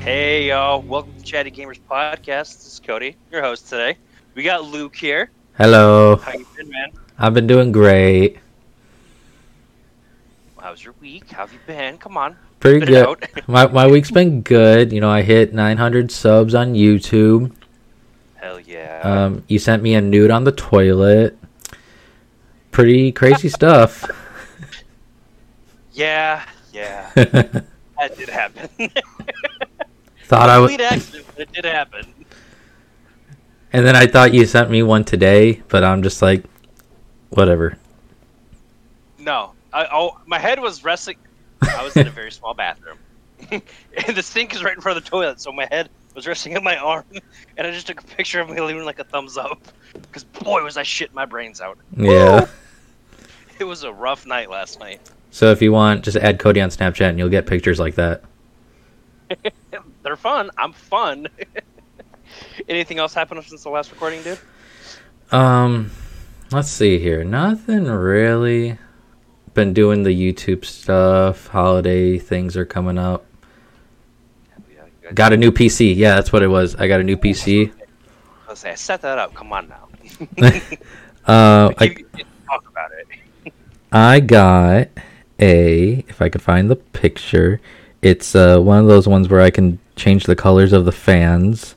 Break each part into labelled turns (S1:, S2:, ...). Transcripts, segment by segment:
S1: Hey, y'all. Welcome to Chatty Gamers Podcast. This is Cody, your host today. We got Luke here.
S2: Hello.
S1: How you been, man?
S2: I've been doing great.
S1: How's your week? How have you been? Come on.
S2: Pretty
S1: spit it
S2: good.
S1: out.
S2: My my week's been good. You know, I hit 900 subs on YouTube.
S1: Hell yeah.
S2: Um, you sent me a nude on the toilet. Pretty crazy stuff.
S1: yeah, yeah.
S2: Thought
S1: That did happen.
S2: I was,
S1: Complete accident, but it did happen.
S2: and then I thought you sent me one today, but I'm just like, whatever.
S1: No. I, oh, my head was resting. I was in a very small bathroom. and the sink is right in front of the toilet, so my head was resting on my arm. And I just took a picture of me leaving like a thumbs up. Because, boy, was I shitting my brains out.
S2: Yeah.
S1: It was a rough night last night.
S2: So if you want, just add Cody on Snapchat, and you'll get pictures like that.
S1: They're fun. I'm fun. Anything else happened since the last recording, dude?
S2: Um, let's see here. Nothing really. Been doing the YouTube stuff. Holiday things are coming up. Got a new PC. Yeah, that's what it was. I got a new PC.
S1: I was like, set that up. Come on now.
S2: Uh, I
S1: You- you talk about it.
S2: I got a. If I could find the picture, it's uh one of those ones where I can change the colors of the fans.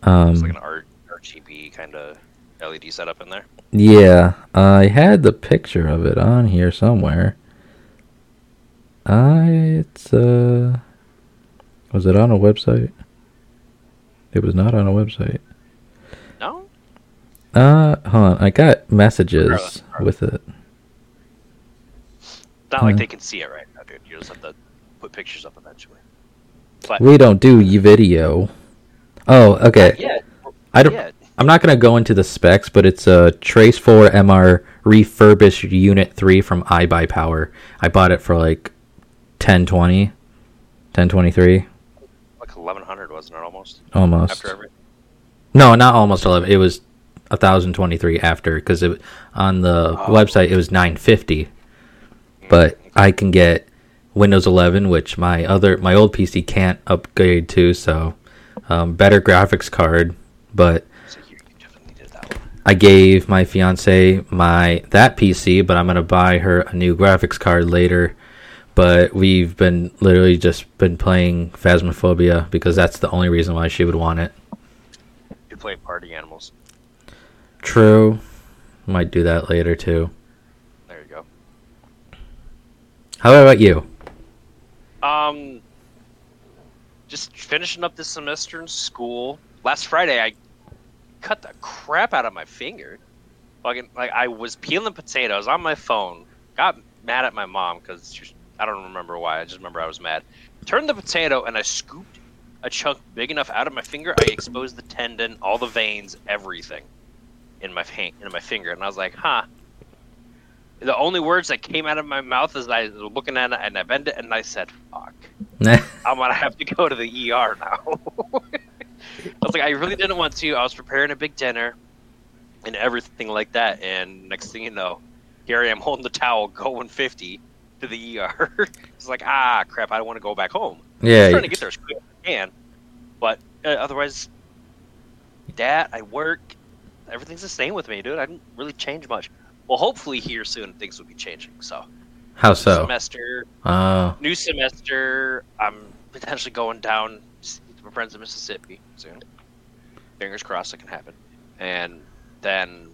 S1: It's
S2: Um,
S1: like an R- RGB kind of LED setup in there.
S2: yeah, I had the picture of it on here somewhere. I it's uh, was it on a website? It was not on a website.
S1: No?
S2: Uh, hold on. I got messages with it.
S1: It's not like
S2: Uh.
S1: they can see it right now, dude. You just have to put pictures up eventually. But
S2: We don't do y- video. Oh, okay.
S1: yeah,
S2: I don't.
S1: yeah.
S2: I'm not gonna go into the specs, but it's a Trace 4 MR refurbished Unit 3 from iBuyPower. I bought it for like 1020, 1023,
S1: Like 1100, wasn't it almost?
S2: almost.
S1: After every.
S2: No, not almost 11. It was 1023 after because it on the
S1: Oh.
S2: website it was 950. But I can get Windows 11, which my other my old PC can't upgrade to, so um, better graphics card. But
S1: So you, you definitely did that one.
S2: I gave my fiance my that PC, but I'm gonna buy her a new graphics card later. But we've been literally just been playing Phasmophobia because that's the only reason why she would want it.
S1: You play Party Animals.
S2: True. Might do that later too.
S1: There you go.
S2: How about you?
S1: Um, just finishing up this semester in school. Last Friday, I cut the crap out of my finger. Fucking like I was peeling potatoes on my phone. Got mad at my mom because I don't remember why. I just remember I was mad. Turned the potato and I scooped a chunk big enough out of my finger. I exposed the tendon, all the veins, everything in my fa- in my finger, and I was like, huh the only words that came out of my mouth is I was looking at it and I bent it and I said, "Fuck, I'm gonna have to go to the ER now." I was like, I really didn't want to. I was preparing a big dinner and everything like that, and next thing you know, here I am holding the towel, going 50 to the ER. it's like, ah, crap, I don't want to go back home. I'm
S2: yeah.
S1: trying to get there as quick as I can, but uh, otherwise, that I work, everything's the same with me, dude. I didn't really change much. Well, hopefully here soon things will be changing. So,
S2: How so?
S1: semester,
S2: Oh,
S1: new semester, I'm potentially going down to my friends in Mississippi soon. Fingers crossed it can happen, and then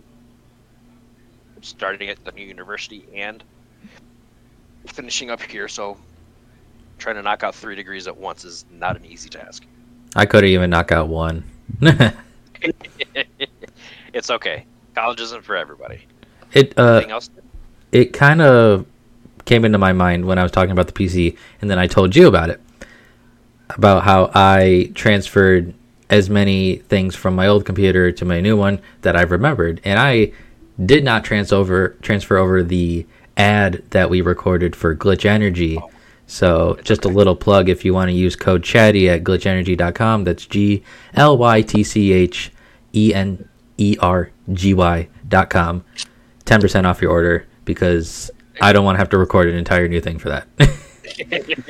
S1: starting at the new university and finishing up here. So. Trying to knock out three degrees at once is not an easy task.
S2: I couldn't even knock out one.
S1: it's okay. College isn't for everybody.
S2: it uh,
S1: Anything else?
S2: it kind of came into my mind when I was talking about the PC, and then I told you about it about how I transferred as many things from my old computer to my new one that I've remembered, and I did not trans over transfer over the ad that we recorded for Glitch Energy. So just a little plug if you want to use code chatty at glitchenergy.com. That's G L Y T C H E N E R G Y dot com. Ten percent off your Uh, order because I don't want to have to record an entire new thing for that.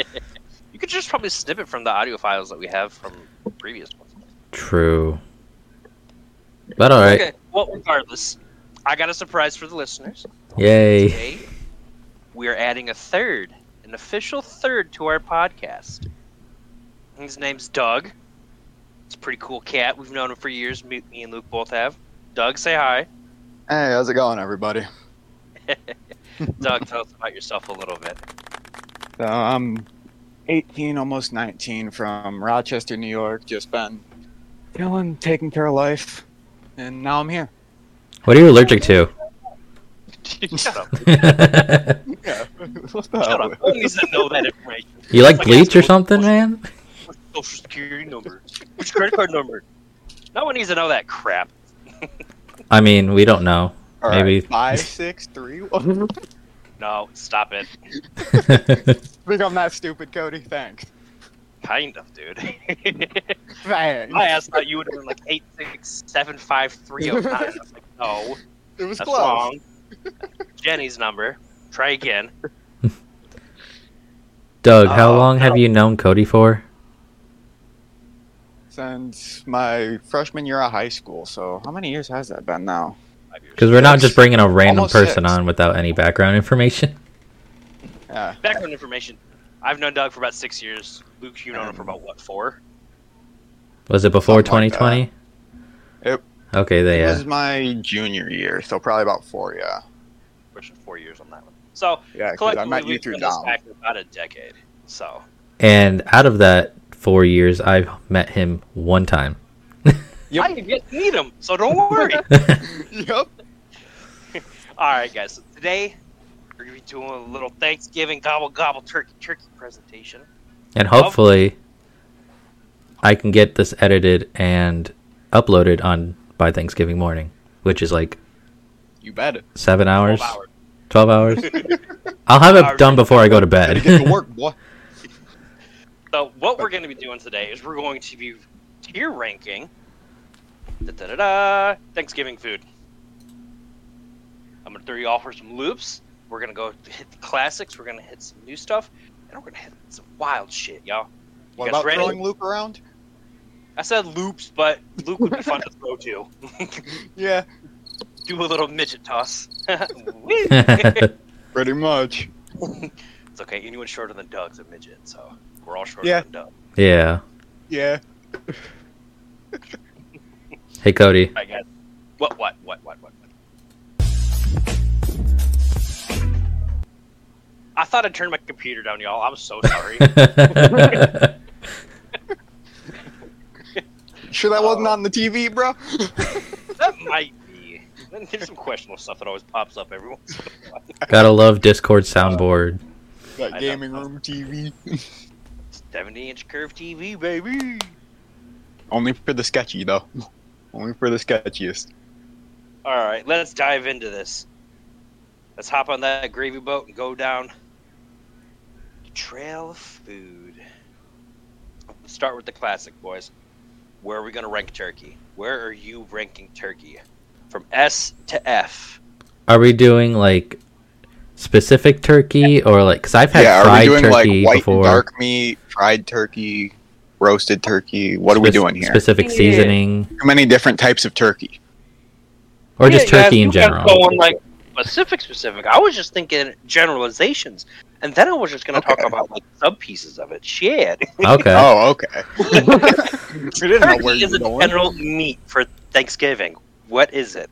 S1: You could just probably snip it from the audio files that we have from previous ones.
S2: True. But all right.
S1: Okay. Well, regardless, I got a surprise for the listeners.
S2: Yay.
S1: Today, we are adding a third, an official third to our podcast. His name's Doug. It's a pretty cool cat. We've known him for years. Me, me and Luke both have. Doug, say hi.
S3: Hey, how's it going, everybody?
S1: Doug, tell us about yourself a little bit.
S3: So I'm 18, almost 19, from Rochester, New York. Just been chilling, taking care of life, and now I'm here.
S2: What are you allergic to?
S1: Shut up.
S2: you
S3: Yeah. what the
S1: Shut up. Who needs to know that information?
S2: like bleach or something, man?
S1: Social security number. Which credit card number? No one needs to know that crap.
S2: I mean, we don't know. Maybe.
S3: five, six, three, one.
S1: No, stop it.
S3: Think I'm not stupid, Cody. Thanks.
S1: Kind of, dude. If
S3: Thanks.
S1: I asked that you would have been like eight six seven five three oh nine. I'm like, no,
S3: It was
S1: that's
S3: close.
S1: wrong. Jenny's number. Try again.
S2: Doug, how
S1: Uh,
S2: long have you known Cody for?
S3: Since my freshman year of high school. So how many years has that been now?
S1: Five years.
S2: Because we're not just
S3: Six.
S2: bringing a random
S3: Almost
S2: person
S3: six.
S2: on without any background information.
S3: Yeah.
S1: Background information. I've known Doug for about six years. Luke, you know
S3: Um,
S1: him for about what four?
S2: Was it before
S3: Something like
S2: 2020?
S3: Yep.
S2: Okay, they,
S3: It
S2: yeah.
S3: was my junior year, so probably about four. Yeah.
S1: Pushing four years on that one. So
S3: Yeah. 'cause I
S1: collectively,
S3: met you
S1: we've
S3: through
S1: been this
S3: Dom.
S1: back about a decade. So
S2: And out of that four years, I've met him one time.
S3: Yep.
S1: I didn't get to meet him. So don't worry.
S3: Yep.
S1: All right, guys. So today we're gonna be doing a little Thanksgiving gobble gobble turkey turkey presentation.
S2: And hopefully, I can get this edited and uploaded on by Thanksgiving morning, which is like
S3: You bet.
S2: seven hours,
S1: Twelve hours.
S2: 12 hours. I'll have it
S1: Hours.
S2: done before I go to
S3: Gotta
S2: bed.
S3: get to work, boy.
S1: So what we're going to be doing today is we're going to be tier ranking da, da, da, da, Thanksgiving food. I'm going to throw you all for some loops. We're going to go hit the classics. We're going to hit some new stuff, and we're going to hit some wild shit, y'all.
S3: What
S1: guys
S3: about
S1: ready?
S3: throwing Luke around?
S1: I said loops, but Luke would be fun to throw to.
S3: Yeah.
S1: Do a little midget toss. Woo.
S3: Pretty much.
S1: it's okay. Anyone shorter than Doug's a midget, so we're all shorter
S3: Yeah.
S1: than Doug.
S2: yeah.
S3: Yeah.
S2: Hey, Cody.
S1: All right, guys. What? What? What? What? What? what? I thought I turned my computer down, y'all. I'm so sorry.
S3: Sure that wasn't on the TV, bro?
S1: that might be. There's some questionable stuff that always pops up every once in a while.
S2: Gotta love Discord soundboard.
S3: that
S1: I
S3: gaming
S1: know.
S3: room TV.
S1: 70 inch curved TV, baby.
S3: Only for the sketchy, though. Only for the sketchiest.
S1: All right, let's dive into this. Let's hop on that gravy boat and go down the trail of food. Let's start with the classic, boys. Where are we going to rank turkey? Where are you ranking turkey? From S to F.
S2: Are we doing like specific turkey or like? Because I've had
S3: yeah, are
S2: fried
S3: we doing like
S2: turkey
S3: white
S2: before.
S3: and dark meat, fried turkey, roasted turkey? What are we
S2: spec-
S3: doing here?
S2: Specific
S1: Yeah.
S2: seasoning.
S3: Too many different types of turkey.
S2: or just turkey in general.
S1: Going like specific, specific. I was just thinking generalizations, and then I was just going to
S3: Okay.
S1: talk about like sub pieces of it. Shit.
S2: Okay.
S3: Oh, okay. we didn't know where
S1: turkey
S3: you
S1: is
S3: were
S1: a
S3: going.
S1: general meat for Thanksgiving. What is it?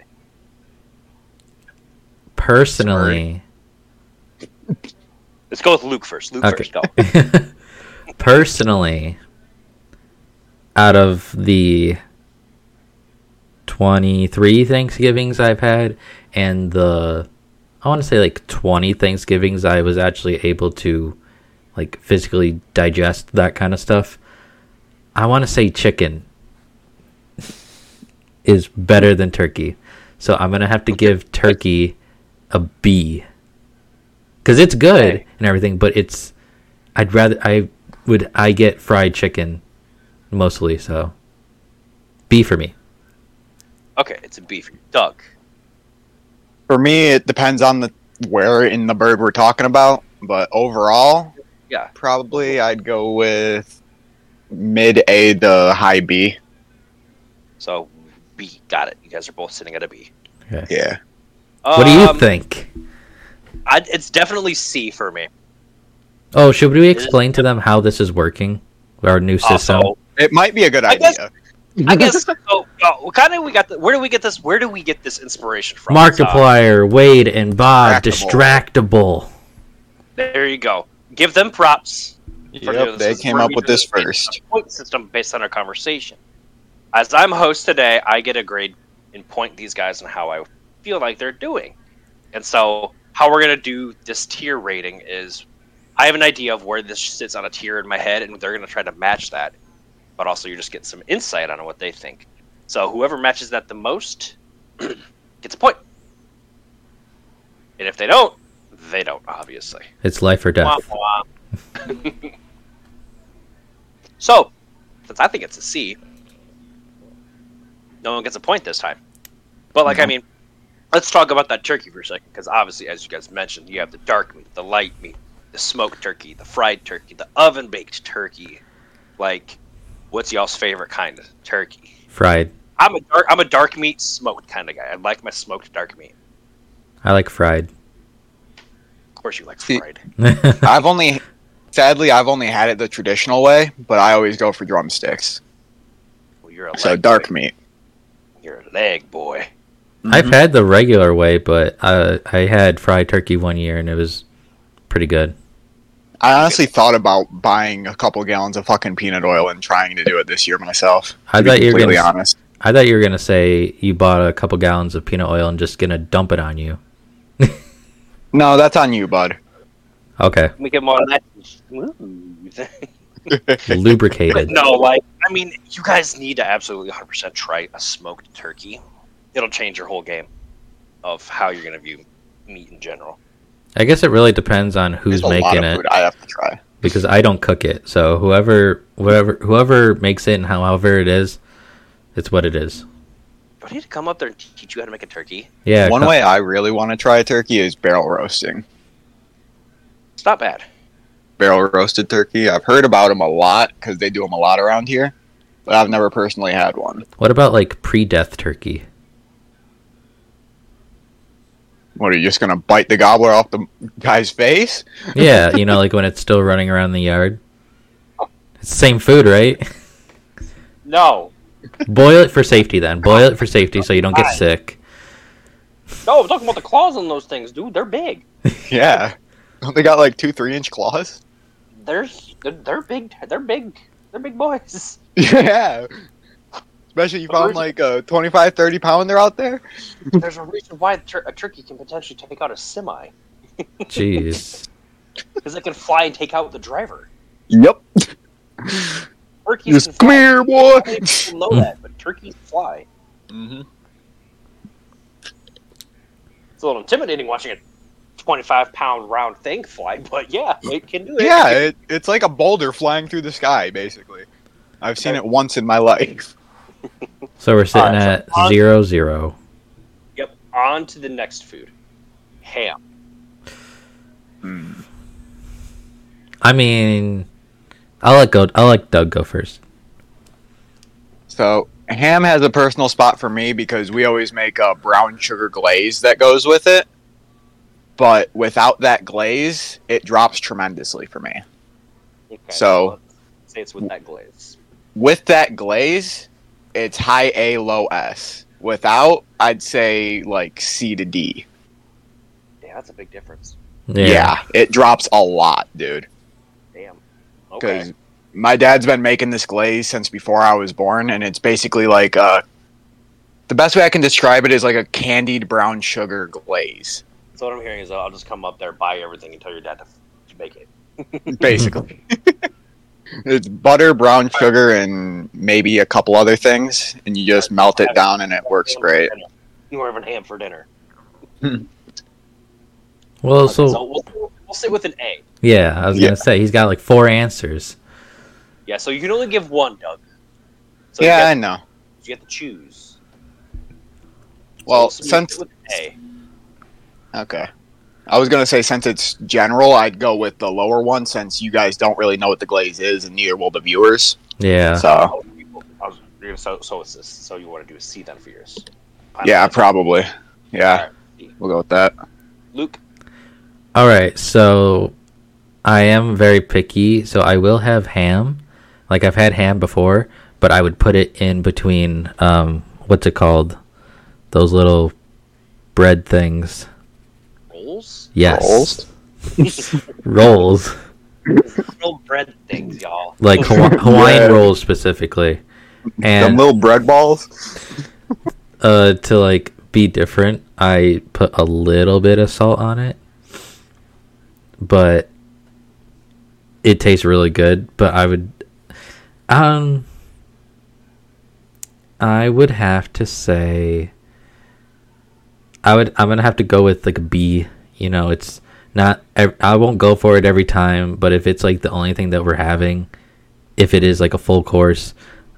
S2: Personally,
S1: Let's go with Luke first. Luke
S2: Okay.
S1: first, go.
S2: personally, out of the 23 Thanksgivings I've had and the I want to say like 20 Thanksgivings I was actually able to like physically digest that kind of stuff. I want to say chicken is better than turkey. So I'm going to have to give turkey a B. Cuz it's good
S1: Okay.
S2: and everything, but it's I'd rather I would I get fried chicken mostly, so B for me.
S1: Okay, it's a beef. Doug.
S3: For me, it depends on the where in the bird we're talking about, but overall,
S1: Yeah.
S3: Probably I'd go with mid A to high B.
S1: So B, got it. You guys are both sitting at a B.
S3: Yeah.
S2: What do you
S1: Um,
S2: think?
S1: I, it's definitely C for me.
S2: Oh, should we explain to them how this is working? Our
S3: Uh,
S2: new system.
S1: Also,
S3: It might be a good
S1: I
S3: idea.
S1: guess- I guess. Oh, oh, kind of. We got. The, where do we get this? Where do we get this inspiration from? Uh,
S2: Markiplier, Wade, and Bob, distractable.
S3: Distractable.
S1: there you go. Give them props. for doing
S3: Yep, they
S1: This is
S3: came
S1: where
S3: up
S1: we
S3: with
S1: do
S3: this
S1: based on
S3: first.
S1: a Point system based on our conversation. As I'm host today, I get a grade and point these guys on how I feel like they're doing. And so, how we're gonna do this tier rating is, I have an idea of where this sits on a tier in my head, and they're gonna try to match that. But also, you're just getting some insight on what they think. So whoever matches that the most gets a point. And if they don't, they don't, obviously.
S2: It's life or death.
S1: Wah, wah. so, since I think it's a C, no one gets a point this time. But like, I
S3: No.
S1: mean, let's talk about that turkey for a second, because obviously, as you guys mentioned, you have the dark meat, the light meat, the smoked turkey, the fried turkey, the oven baked turkey. Like, what's y'all's favorite kind of turkey?
S2: Fried.
S1: I'm a dark, I'm a dark meat smoked kind of guy. I like my smoked dark meat.
S2: I like fried.
S1: Of course, you like
S3: See-
S1: fried.
S3: I've only, sadly, I've only had it the traditional way, but I always go for drumsticks.
S1: Well, you're a
S3: So
S1: leg
S3: dark
S1: boy.
S3: meat. Mm-hmm.
S1: You're a leg boy.
S2: I've had the regular way, but uh, I had fried turkey one year and it was pretty good.
S3: I honestly thought about buying a couple gallons of fucking peanut oil and trying to do it this year myself.
S2: I
S3: to be
S2: bet you're
S3: completely
S2: gonna-
S3: honest.
S2: I thought you were gonna say you bought a couple gallons of peanut oil and just gonna dump it on you.
S3: No, that's on you, bud.
S2: Okay,
S1: Make it more nice and smooth.
S2: lubricated.
S1: no, like I mean, you guys need to absolutely 100% try a smoked turkey. It'll change your whole game of how you're gonna view meat in general.
S2: I guess it really depends on who's
S3: There's a lot
S2: making
S3: of
S2: it
S3: food I have to try.
S2: because I don't cook it. So whoever, whoever, whoever makes it and however it is, it's what it is.
S1: Do I need to come up there and teach you how to make a turkey?
S2: Yeah.
S3: One
S2: co-
S3: way I really want to try a turkey is barrel roasting.
S1: It's not bad.
S3: Barrel roasted turkey. I've heard about them a lot because they do them a lot around here, but I've never personally had one.
S2: What about like pre-death turkey?
S3: What are you just gonna bite the gobbler off the guy's face?
S2: Yeah, you know, like when it's still running around the yard. It's the same food, right?
S1: No,
S2: Boil it for safety then. Boil it for safety so you don't get sick.
S1: no, I'm talking about the claws on those things, dude. They're big.
S3: Yeah, don't they got like two three inch claws?
S1: They're they're, they're big. They're big. They're big boys.
S3: Yeah. Especially you found like a 25, 30 pounder out there.
S1: There's a reason why a, tur- a turkey can potentially take out a semi
S2: Jeez.
S1: because it can fly and take out the driver.
S3: Yep.
S1: Turkeys can
S3: Just come
S1: fly.
S3: here, boy.
S1: Not many people know that, but turkeys fly.
S3: Mhm.
S1: It's a little intimidating watching a 25 pound round thing fly, but yeah, it can do it.
S3: Yeah, it, it's like a boulder flying through the sky, basically. I've seen it once in my life.
S2: So we're sitting
S1: Alright, so
S2: at
S1: on-
S2: zero zero.
S1: Yep. On to the next food ham.
S2: I mean, I'll let go. I'll let Doug go first.
S3: So ham has a personal spot for me because we always make a brown sugar glaze that goes with it. But without that glaze, it drops tremendously for me.
S1: Okay.
S3: So-
S1: let's say it's with that glaze.
S3: With that glaze, it's high A, low S. Without, I'd say like C to D.
S1: Yeah, that's a big difference.
S2: Yeah.
S3: it drops a lot, dude.
S1: Damn.
S3: because
S1: Okay.
S3: my dad's been making this glaze since before I was born, and it's basically like uh, the best way I can describe it is like a candied brown sugar glaze,
S1: So what I'm hearing is uh, I'll just come up there, buy everything, and tell your dad to, to make it.
S3: basically. it's butter, brown sugar, and maybe a couple other things, and you just melt it down, and it works great.
S1: You want to have ham for dinner.
S2: Well,
S1: Okay,
S2: so
S1: so we'll, we'll sit with an A.
S2: yeah, I was
S3: Yeah.
S2: gonna say he's got like four answers.
S1: Yeah, so you can only give one, Doug. So
S3: Yeah, I
S1: You
S3: know.
S1: have, you have to choose. So
S3: Well,
S1: we'll sit
S3: since
S1: with an A.
S3: okay, I was gonna say since it's general, I'd go with the lower one since you guys don't really know what the glaze is, and neither will the viewers.
S2: Yeah.
S3: So
S1: I was- you're- So, so it's this. So you want to do a C then for yours?
S3: yeah, probably. Yeah, we'll go with that.
S1: Luke.
S2: All right, so I am very picky, so I will have ham. Like I've had ham before, but I would put it in between um what's it called? Those little bread things.
S1: Rolls?
S2: Yes.
S3: Rolls?
S2: Rolls.
S1: Real bread things, y'all.
S2: Like Hawa- Hawaiian
S3: Yeah.
S2: rolls specifically.
S3: Them
S2: And
S3: little bread balls.
S2: uh to like be different, I put a little bit of salt on it. But it tastes really good, but I would um I would have to say I would I'm going to have to go with like a B, you know, it's not ev- I won't go for it every time, but if it's like the only thing that we're having, if it is like a full course,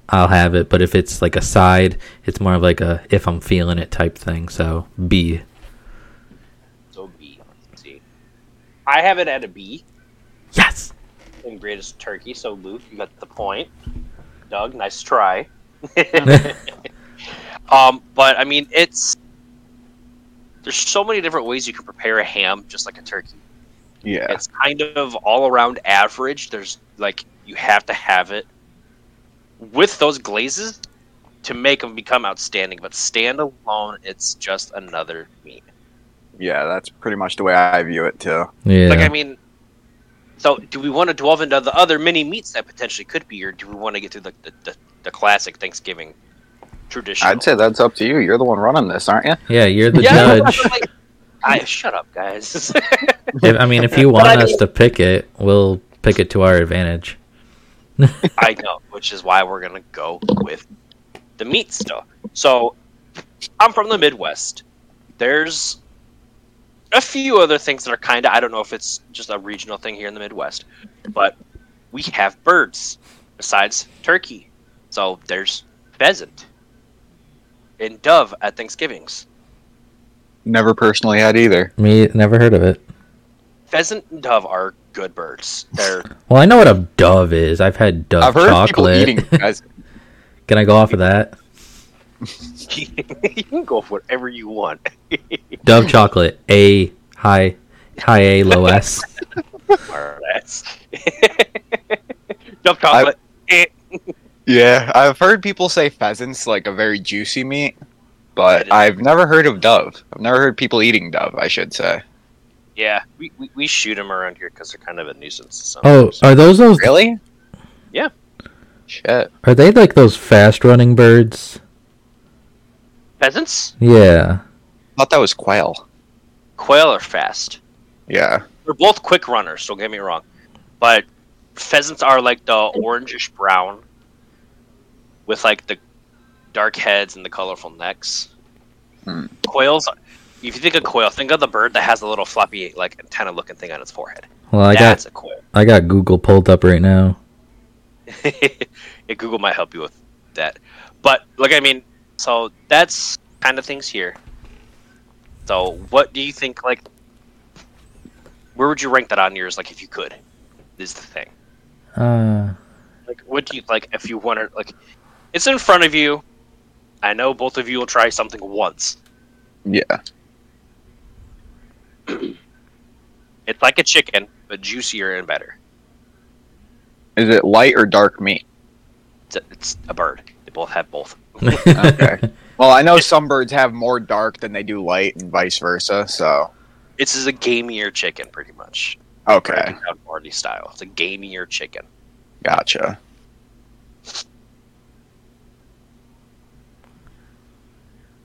S2: I'll have it, but if it's like a side, it's more of like a if I'm feeling it type thing. So B.
S1: So B. C. I have it at a B
S2: Yes.
S1: in greatest turkey. So Luke, you got the point. Doug, nice try. um, but I mean, it's there's so many different ways you can prepare a ham, just like a turkey.
S3: Yeah,
S1: It's kind of all around average. There's like you have to have it with those glazes to make them become outstanding. But stand alone, it's just another meat.
S3: yeah, that's pretty much the way I view it too.
S2: Yeah.
S1: Like I mean, so do we want to delve into the other mini meats that potentially could be, or do we want to get to the the, the, the classic Thanksgiving tradition?
S3: I'd say that's up to you. You're the one running this, aren't you?
S2: yeah, you're the
S1: yeah.
S2: judge.
S1: like, I shut up, guys.
S2: If, I mean, if you
S1: But
S2: want
S1: I
S2: us
S1: mean-
S2: to pick it, we'll pick it to our advantage.
S1: I know, which is why we're gonna go with the meat stuff. So I'm from the Midwest. There's a few other things that are kind of I don't know if it's just a regional thing here in the Midwest, but we have birds besides turkey. So there's pheasant and dove at Thanksgivings.
S3: Never personally had either.
S2: Me, never heard of it.
S1: Pheasant and dove are good birds. They're
S2: Well, I know what a dove is. I've had dove
S3: I've heard
S2: chocolate.
S3: people eating. Guys,
S2: Can I go off of that?
S1: you can go for whatever you want.
S2: Dove chocolate. A high, high A, low S.
S1: Smartass. Dove chocolate. Eh.
S3: Yeah, I've heard people say pheasants like a very juicy meat,
S1: That
S3: but
S1: is-
S3: I've never heard of dove. I've never heard people eating dove. I should say.
S1: Yeah, we, we, we shoot them around here because they're kind of a nuisance.
S2: Oh,
S1: sometimes.
S2: are those those?
S3: Really?
S1: Yeah.
S3: Shit.
S2: Are they like those fast running birds?
S1: pheasants,
S2: Yeah.
S3: Thought that was quail.
S1: quail are fast.
S3: Yeah.
S1: They're both quick runners. Don't get me wrong, but pheasants are like the orangish brown with like the dark heads and the colorful necks.
S3: Hmm.
S1: Quails. If you think of quail, think of the bird that has the little floppy like antenna looking thing on its forehead.
S2: Well, I got
S1: That's a quail.
S2: I got Google pulled up right now.
S1: yeah, Google might help you with that. But like, I mean, so that's kind of things here. So, what do you think? Like, where would you rank that on yours? Like, if you could, is the thing.
S2: Uh.
S1: Like, what do you like? If you want to, like, it's in front of you. I know both of you will try something once.
S3: Yeah.
S1: It's like a chicken, but juicier and better.
S3: Is it light or dark meat?
S1: It's a, it's a bird. They both have both.
S3: Okay. well, I know some birds have more dark than they do light, and vice versa. So.
S1: This is a gamier chicken, pretty much.
S3: Okay.
S1: Breaking down Marty style. It's a gamier chicken.
S3: Gotcha.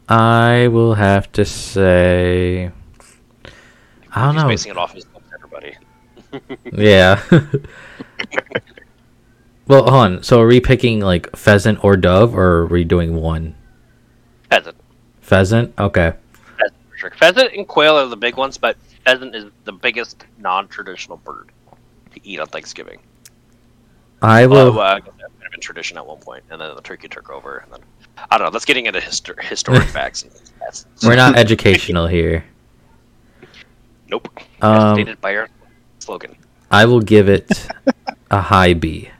S2: I will have to say. I don't
S1: He's
S2: know.
S1: basing it off his everybody.
S2: Yeah. well, hold on. So are we picking like pheasant or dove, or are we doing one
S1: Pheasant.
S2: pheasant? Okay.
S1: Pheasant, for sure. pheasant and quail are the big ones, but pheasant is the biggest non-traditional bird to eat on Thanksgiving.
S2: I
S1: Although,
S2: will.
S1: uh, I guess that might have been tradition at one point, and then the turkey took over. And then I don't know. That's getting into histor- historic facts. And that's-
S2: We're not educational here.
S1: Nope. As
S2: Um,
S1: stated by our slogan.
S2: I will give it a high B.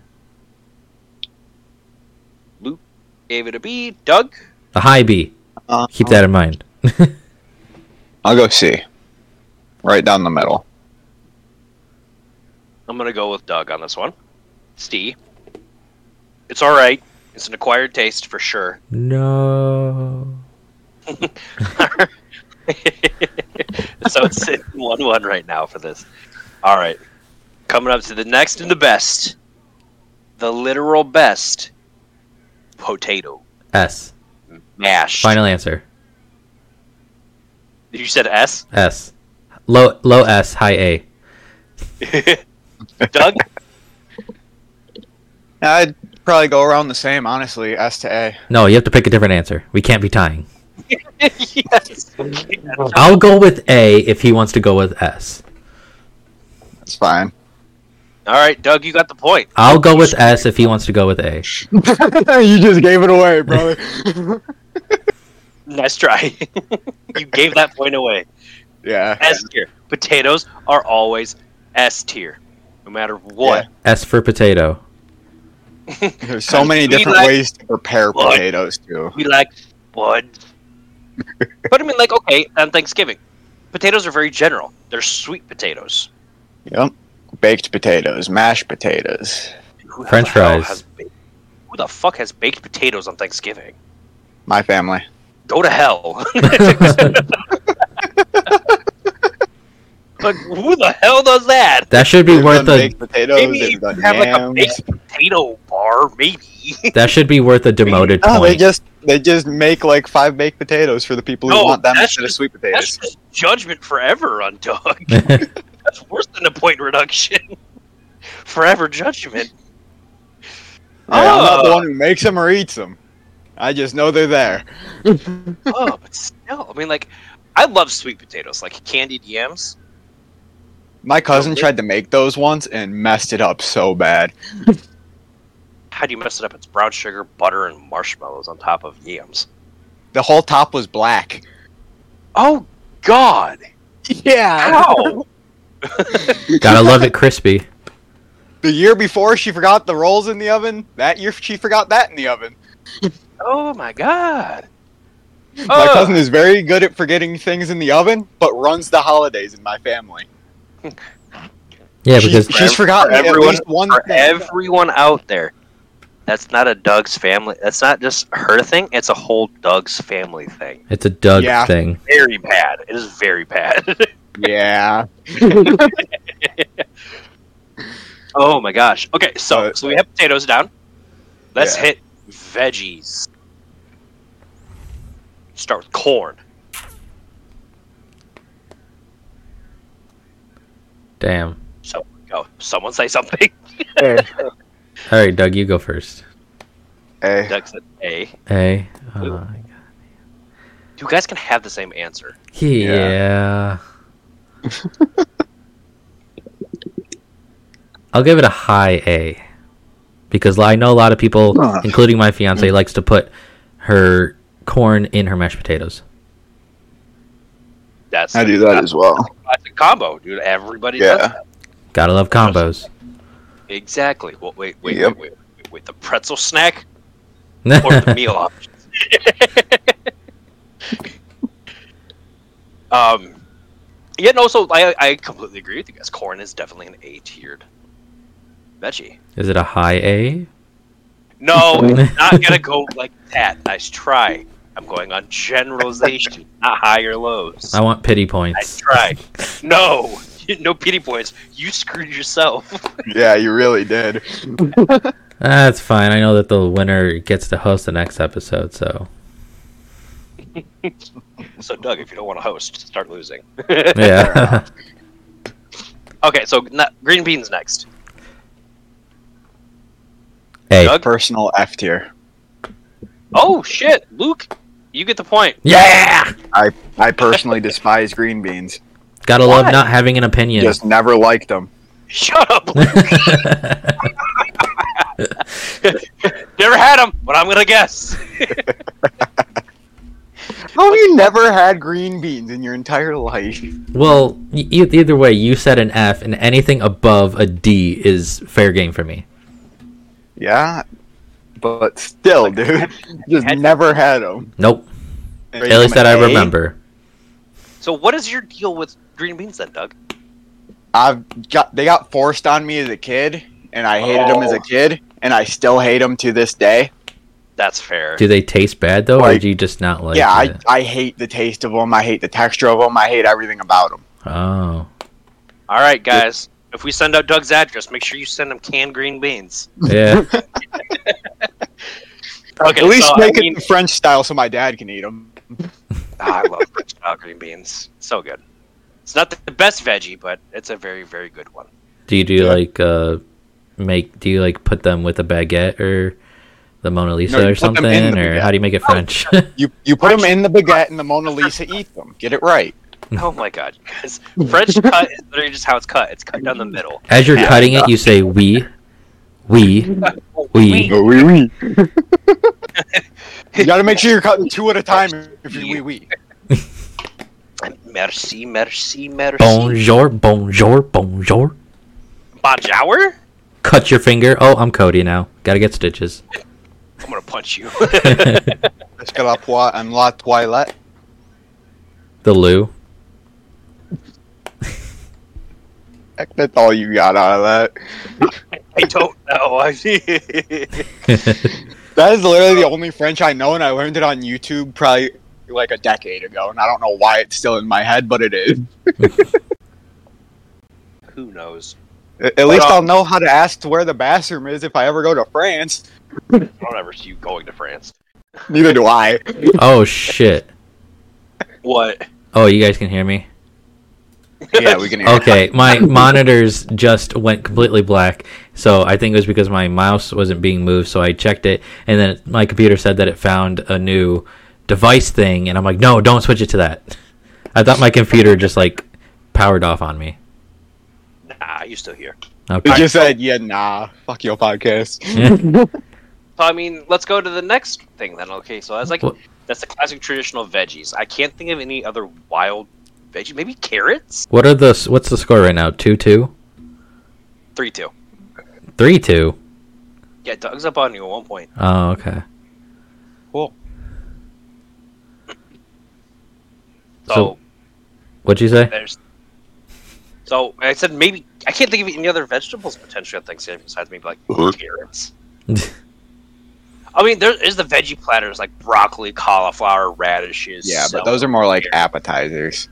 S1: Gave it a B. Doug,
S2: A high B.
S3: Uh,
S2: Keep that in mind.
S3: I'll go C. Right down the middle.
S1: I'm gonna go with Doug on this one. Steve. It's all right. It's an acquired taste for sure.
S2: No.
S1: so it's sitting one one right now for this. All right, coming up to the next and the best, the literal best, potato
S2: S.
S1: mash.
S2: Final answer.
S1: You said S,
S2: S. Low low S, high A.
S1: Doug.
S3: I'd probably go around the same, honestly, S to A.
S2: No, you have to pick a different answer. We can't be tying.
S1: yes. Oh.
S2: I'll go with A if he wants to go with S.
S3: That's fine.
S1: All right, Doug, you got the point.
S2: I'll go with S if he wants to go with A.
S3: you just gave it away, brother.
S1: Nice try. you gave that point away.
S3: yeah.
S1: S tier. Potatoes are always S tier, no matter what.
S2: S for potato.
S3: There's so many
S1: We
S3: different
S1: like-
S3: ways to prepare
S1: Like-
S3: potatoes too.
S1: We like what? but I mean, like, okay, on Thanksgiving, potatoes are very general. They're sweet potatoes.
S3: Yep. Baked potatoes, mashed potatoes.
S1: Who the
S2: French
S1: hell
S2: fries.
S1: has ba- who the fuck has baked potatoes on Thanksgiving?
S3: My family.
S1: Go to hell. like, who the hell does that?
S2: That should be
S3: They've
S2: worth
S3: done
S2: a
S3: baked potatoes.
S1: Maybe
S3: they've
S1: you
S3: done
S1: have like a
S3: yams.
S1: baked potato bar, maybe.
S2: that should be worth a demoted
S3: Oh, they
S2: point.
S3: just they just make like five baked potatoes for the people who
S1: No,
S3: want them
S1: that's
S3: instead of
S1: just-
S3: sweet
S1: That's
S3: potatoes.
S1: just judgment forever on Doug. That's worse than a point reduction. forever judgment.
S3: Hey, I'm not the
S1: Oh.
S3: one who makes them or eats them. I just know they're there.
S1: oh, but still, I mean, like, I love sweet potatoes, like candied yams.
S3: My cousin
S1: Okay.
S3: tried to make those once and messed it up so bad.
S1: How do you mess it up? It's brown sugar, butter, and marshmallows on top of yams.
S3: The whole top was black.
S1: Oh God!
S3: Yeah.
S1: How?
S2: Gotta love it crispy.
S3: The year before she forgot the rolls in the oven. That year she forgot that in the oven.
S1: oh my God!
S3: My
S1: Ugh.
S3: cousin is very good at forgetting things in the oven, but runs the holidays in my family.
S2: Yeah,
S3: She-
S2: because
S3: she's forgotten
S1: For
S3: at
S1: everyone-
S3: least one
S1: for
S3: thing.
S1: everyone out there, that's not a Doug's family. That's not just her thing. It's a whole Doug's family thing.
S2: it's a Doug
S3: Yeah.
S2: thing.
S1: Very bad. It is very bad.
S3: yeah.
S1: oh my gosh. Okay, so
S3: Uh,
S1: so we have potatoes down. Let's
S3: yeah.
S1: hit veggies. Start with corn.
S2: Damn.
S1: So go. Someone say something.
S3: Hey,
S2: All right, Doug, you go first.
S3: hey.
S1: Doug said A.
S2: A. Uh,
S1: You guys can have the same answer.
S2: yeah. I'll give it a high A because I know a lot of people,
S3: Huh.
S2: including my fiance, likes to put her corn in her mashed potatoes.
S1: That's
S3: I do that as well.
S1: that's a combo, dude. Everybody does
S3: Yeah.
S1: that.
S2: Gotta love combos.
S1: Exactly. Well, wait, wait, wait,
S3: Yep.
S1: wait, wait, wait. The pretzel snack or the meal options. um, yeah, no. So I I completely agree with you guys. Corn is definitely an A tiered veggie.
S2: Is it a high A?
S1: No, it's not gonna go like that. Nice try. I'm going on generalization, not high or lows.
S2: I want pity
S1: I
S2: points.
S1: tried. No, no pity points. You screwed yourself.
S3: Yeah, you really did.
S2: That's fine. I know that the winner gets to host the next episode, so
S1: So, Doug, if you don't want to host, start losing.
S2: yeah.
S1: Okay, so not, green beans next.
S2: hey,
S1: Doug?
S3: Personal F tier.
S1: Oh shit, Luke, you get the point.
S2: yeah.
S3: I personally despise green beans.
S2: Gotta
S1: Why?
S2: love not having an opinion.
S3: Just never liked them.
S1: Shut up. Luke. Never had them, but I'm gonna guess.
S3: How have you you never had green beans in your entire life?
S2: Well, e- either way, you said an F, and anything above a D is fair game for me.
S3: Yeah, but still, dude, just
S1: had-
S3: never had them.
S2: Nope. At least that I remember.
S1: So what is your deal with green beans then, Doug?
S3: I've got they got forced on me as a kid, and I hated them as a
S1: Oh.
S3: kid, and I still hate them to this day.
S1: That's fair.
S2: Do they taste bad though, or
S3: Like-
S2: do you just not like?
S3: yeah,
S2: it?
S3: I, I hate the taste of them. I hate the texture of them. I hate everything about them.
S2: Oh,
S1: All right, guys. If we send out Doug's address, make sure you send him canned green beans.
S2: yeah.
S1: Okay,
S3: At least
S1: so, I
S3: make it
S1: mean-
S3: in French style so my dad can eat them.
S1: Ah, I love French style green beans. So good. It's not the best veggie, but it's a very, very good one.
S2: do you do
S3: Yeah.
S2: like uh, make? Do you like put them with a baguette or the Mona Lisa
S3: you
S2: or
S3: put them
S2: something,
S3: in the
S2: or
S3: baguette.
S2: how do you make it French?
S3: You you put them in the baguette, and the Mona Lisa eat them. Get it right.
S1: Oh my god, you guys. French cut is literally just how it's cut. It's cut down the middle.
S2: As you're
S1: Yeah.
S2: cutting it, you say "we, we." Oui.
S1: Oh,
S3: oui, oui. you got to make sure you're cutting two at a time if you're wee wee.
S1: Merci, merci, merci.
S2: Bonjour, bonjour, bonjour.
S1: Bonjour?
S2: Cut your finger. Oh, I'm Cody now. Gotta get stitches.
S1: I'm gonna punch you.
S2: the
S3: Est-ce que la poi and la toilette?
S2: Lou.
S3: Heck, That's all you got out of that.
S1: I don't know.
S3: That is literally the only French I know, and I learned it on YouTube probably like a decade ago, and I don't know why it's still in my head, but it is.
S1: Who knows?
S3: At least
S1: um,
S3: I'll know how to ask where the bathroom is if I ever go to France.
S1: I don't ever see you going to France.
S3: Neither do I.
S2: Oh shit.
S1: What?
S2: Oh, you guys can hear me.
S3: Yeah, we can hear.
S2: Okay, my monitors just went completely black. So I think it was because my mouse wasn't being moved. So I checked it, and then my computer said that it found a new device thing, and I'm like, no, don't switch it to that. I thought my computer just like powered off on me.
S1: Nah, you're still here.
S3: You
S2: Okay.
S3: just said, yeah, nah, fuck your podcast.
S1: So I mean, let's go to the next thing then. Okay, so that's like
S2: What?
S1: that's the classic traditional veggies. I can't think of any other wild veggies. Maybe carrots.
S2: what are the s- what's the score right now? Two two,
S1: Three two.
S2: three two.
S1: Yeah, Doug's up on you at one point.
S2: Oh, okay.
S3: Cool.
S1: So,
S2: So- What'd you say?
S1: there's. So I said maybe I can't think of any other vegetables potentially on Thanksgiving besides maybe like carrots. I mean, there is the veggie platters like broccoli, cauliflower, radishes.
S3: Yeah, but
S1: celery.
S3: those are more like appetizers.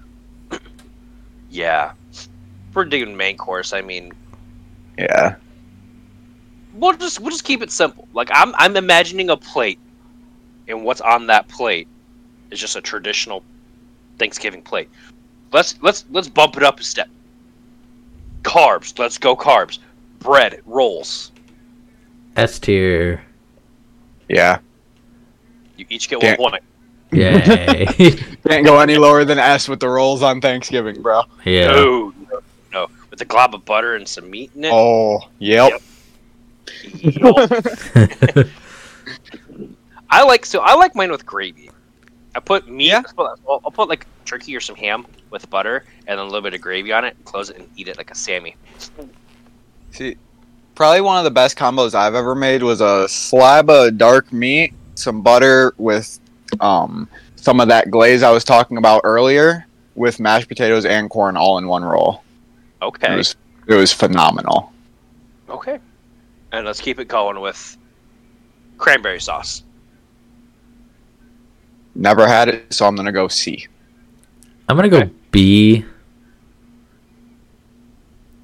S1: Yeah. We're digging main course. I mean,
S3: Yeah.
S1: we'll just we'll just keep it simple. Like I'm I'm imagining a plate, and what's on that plate is just a traditional Thanksgiving plate. Let's let's let's bump it up a step. Carbs. Let's go carbs. Bread rolls.
S2: S tier.
S3: Yeah.
S1: You each get
S3: Damn.
S1: one point.
S2: Yay.
S3: Can't go any lower than S with the rolls on Thanksgiving, bro.
S2: yeah.
S1: No, no, no. With a glob of butter and some meat in it.
S3: Oh, yep.
S1: I like so I like mine with gravy. I put meat.
S3: Yeah.
S1: I'll, I'll put like turkey or some ham with butter and then a little bit of gravy on it. Close it and eat it like a Sammy.
S3: See, probably one of the best combos I've ever made was a slab of dark meat, some butter with um, some of that glaze I was talking about earlier, with mashed potatoes and corn all in one roll.
S1: Okay.
S3: It was it was phenomenal.
S1: Okay. And let's keep it going with cranberry sauce.
S3: Never had it, so I'm gonna go C.
S2: I'm gonna go
S1: Okay.
S2: B.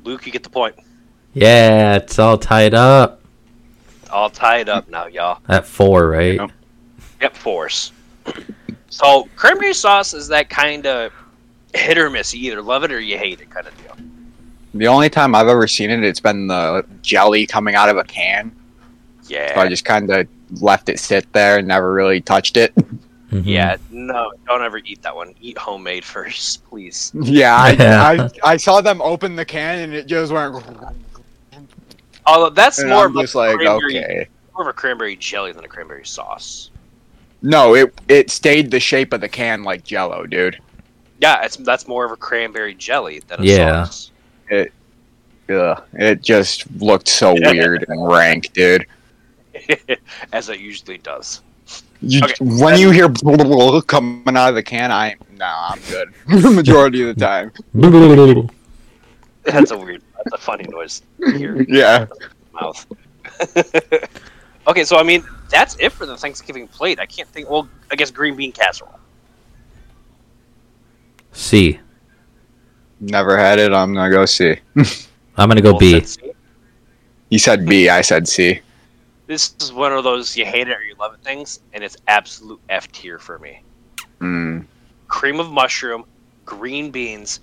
S1: Luke, you get the point.
S2: Yeah, it's all tied up
S1: All tied up now, y'all.
S2: at four, right?
S3: Yep.
S1: Yep, force. So cranberry sauce is that kind of hit or miss. You either love it or you hate it kind of deal.
S3: The only time I've ever seen it, it's been the jelly coming out of a can.
S1: Yeah.
S3: So I just kind of left it sit there and never really touched it.
S2: Mhm.
S1: Yeah, no, don't ever eat that one. Eat homemade first, please.
S3: Yeah,
S2: Yeah.
S3: I, I, I saw them open the can and it just went.
S1: Although that's
S3: And
S1: more
S3: I'm
S1: of a
S3: just like,
S1: cranberry,
S3: okay.
S1: more of a cranberry jelly than a cranberry sauce.
S3: No, it it stayed the shape of the can like Jello, dude.
S1: Yeah, it's that's more of a cranberry jelly than a
S2: Yeah.
S1: sauce.
S3: Ugh, it just looked so weird and rank, dude.
S1: as it usually does.
S3: You,
S1: Okay.
S3: When you hear coming out of the can, I nah, I'm good. The Majority of the time,
S1: That's a weird, that's a funny noise to hear in
S3: yeah.
S1: your mouth. okay, so I mean, that's it for the Thanksgiving plate. I can't think. Well, I guess green bean casserole.
S2: C.
S3: Never had it. I'm gonna go see.
S2: I'm gonna go
S1: Well,
S2: B.
S1: that's-
S3: You said B. I said C.
S1: This is one of those you hate it or you love it things, and it's absolute F tier for me.
S3: Mm.
S1: Cream of mushroom, green beans,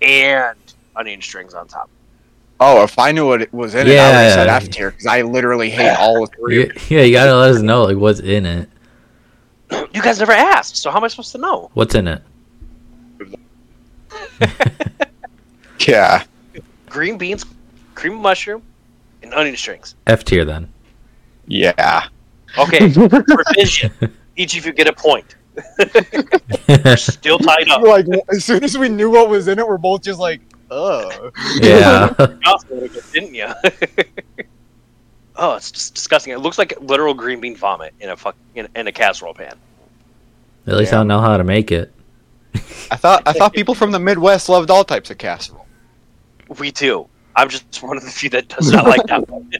S1: and onion strings on top.
S3: Oh, if I knew what it was in it, I would have said
S2: Yeah.
S3: F tier because I literally hate all three.
S2: You- Yeah, you gotta let us know like what's in it.
S1: You guys never asked, so how am I supposed to know?
S2: What's in it?
S3: Yeah.
S1: Green beans, cream of mushroom, and onion strings.
S2: F tier then.
S3: Yeah.
S1: Okay, revision. Each of you get a point. Still tied up.
S3: Like as soon as we knew what was in it, we're both just like, oh.
S2: yeah.
S1: Didn't you? oh, it's just disgusting. It looks like literal green bean vomit in a fuck in, in a casserole pan.
S2: At least I know how to make it.
S3: I thought I thought people from the Midwest loved all types of casserole.
S1: We too. I'm just one of the few that does not like that. One.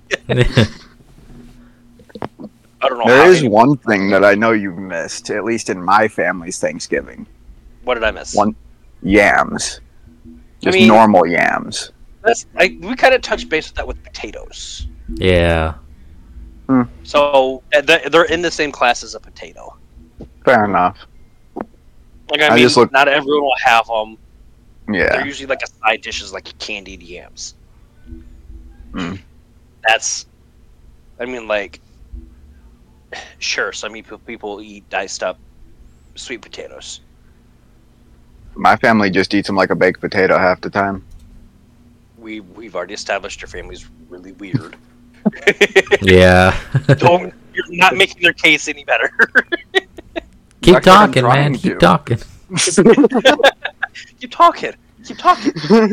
S1: I don't know.
S3: There
S1: how
S3: is
S1: any-
S3: one thing that I know you've missed, at least in my family's Thanksgiving:
S1: What did I miss?
S3: one- yams,
S1: I
S3: just
S1: mean-
S3: normal yams.
S1: That's, I, we kind of touched base with that with potatoes.
S2: yeah.
S1: So uh, th- they're in the same class as a potato.
S3: Fair enough.
S1: Like I,
S3: I
S1: mean,
S3: just look-
S1: not everyone will have them. They're
S3: Yeah.
S1: usually like a side dish is like candied yams.
S3: Mm.
S1: That's, I mean, like, sure, some people people eat diced up sweet potatoes.
S3: My family just eats them like a baked potato half the time.
S1: We we've already established your family's really weird.
S2: Yeah.
S1: Don't you're not making their case any better.
S2: Keep
S3: That's what I'm
S2: talking, man.
S3: trying to do.
S2: Keep talking.
S1: Keep talking. Keep talking. All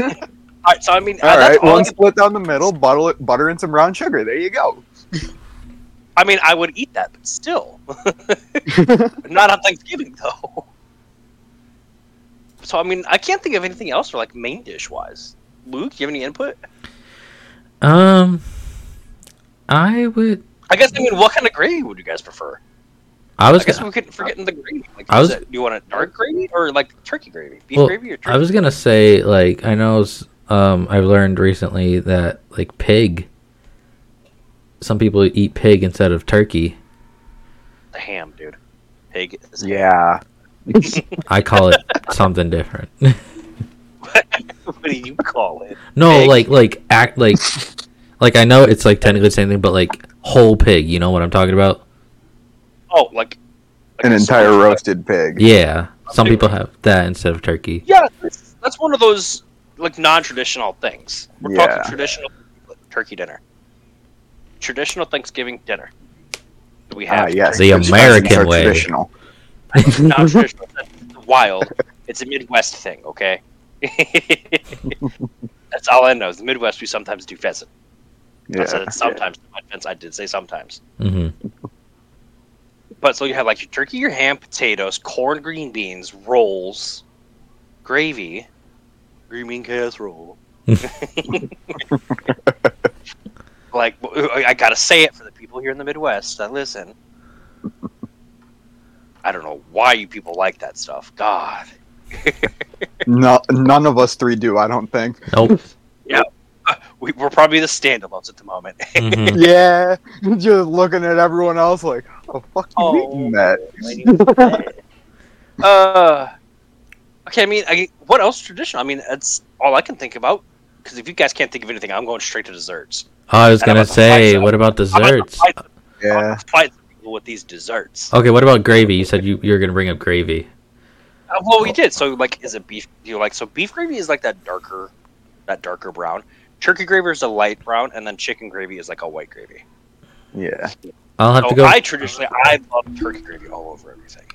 S1: right, so I mean,
S3: all
S1: that's
S3: right,
S1: all I
S3: one
S1: can-
S3: split down the middle, butter, butter and some brown sugar. There you go.
S1: I mean, I would eat that, but still. Not on Thanksgiving, though. So, I mean, I can't think of anything else for, like, main dish wise. Luke, you have any input?
S2: Um I would
S1: I guess, I mean, what kind of gravy would you guys prefer?
S2: I was
S1: I guess
S2: gonna-
S1: we could forget the gravy. Like,
S2: I
S1: is
S2: was-
S1: it- do you want a dark gravy or, like, turkey gravy? Beef
S2: Well,
S1: gravy or turkey?
S2: I was gonna say like I know s- um I've learned recently that like pig some people eat pig instead of turkey.
S1: The ham, dude. Pig. is-
S3: Yeah.
S2: I call it something different.
S1: what do you call it?
S2: no,
S1: Pig.
S2: like like act like like I know it's like technically the same thing, but like whole pig, you know what I'm talking about?
S1: Oh, like. like
S3: An
S1: a
S3: entire
S1: sausage.
S3: roasted pig.
S2: Yeah. Some people have that instead of turkey.
S1: Yeah, that's, that's one of those, like, non traditional things. We're
S3: Yeah.
S1: talking traditional turkey dinner. Traditional Thanksgiving dinner. that We
S3: Ah,
S1: have
S3: yes.
S2: The
S3: Expressions
S2: American
S3: are
S2: way.
S3: Traditional.
S1: non traditional. That's the wild. It's a Midwest thing, okay? that's all I know. Is the Midwest, we sometimes do pheasant. I said
S3: Yeah.
S1: it sometimes. to my defense, I did say sometimes.
S2: hmm
S1: But so you have, like, your turkey, your ham, potatoes, corn, green beans, rolls, gravy, green bean casserole. like I I gotta say it for the people here in the Midwest that listen. I don't know why you people like that stuff. God,
S3: No, none of us three do. I don't think.
S2: Nope.
S1: we, we're probably the standalones at the moment.
S2: Mhm.
S3: Yeah, just looking at everyone else like, how the fuck you
S1: Oh.
S3: eating that?
S1: uh, okay. I mean, I, what else traditional? I mean, that's all I can think about. Because if you guys can't think of anything, I'm going straight to desserts.
S2: Oh, I was
S1: And I'm
S2: gonna
S1: about to
S2: say,
S1: fight some-
S2: what about
S1: I'm gonna
S2: desserts? Uh,
S1: fight- I'm gonna
S3: Yeah,
S1: fight some people with these desserts.
S2: Okay, what about gravy? You said you, you were gonna bring up gravy.
S1: Uh, well, we did. So, like, is it beef? Do you like so beef gravy is like that darker, that darker brown. Turkey gravy is a light brown, and then chicken gravy is like a white gravy.
S3: yeah.
S2: I'll have
S1: Oh,
S2: to go.
S1: I traditionally I love turkey gravy all over everything.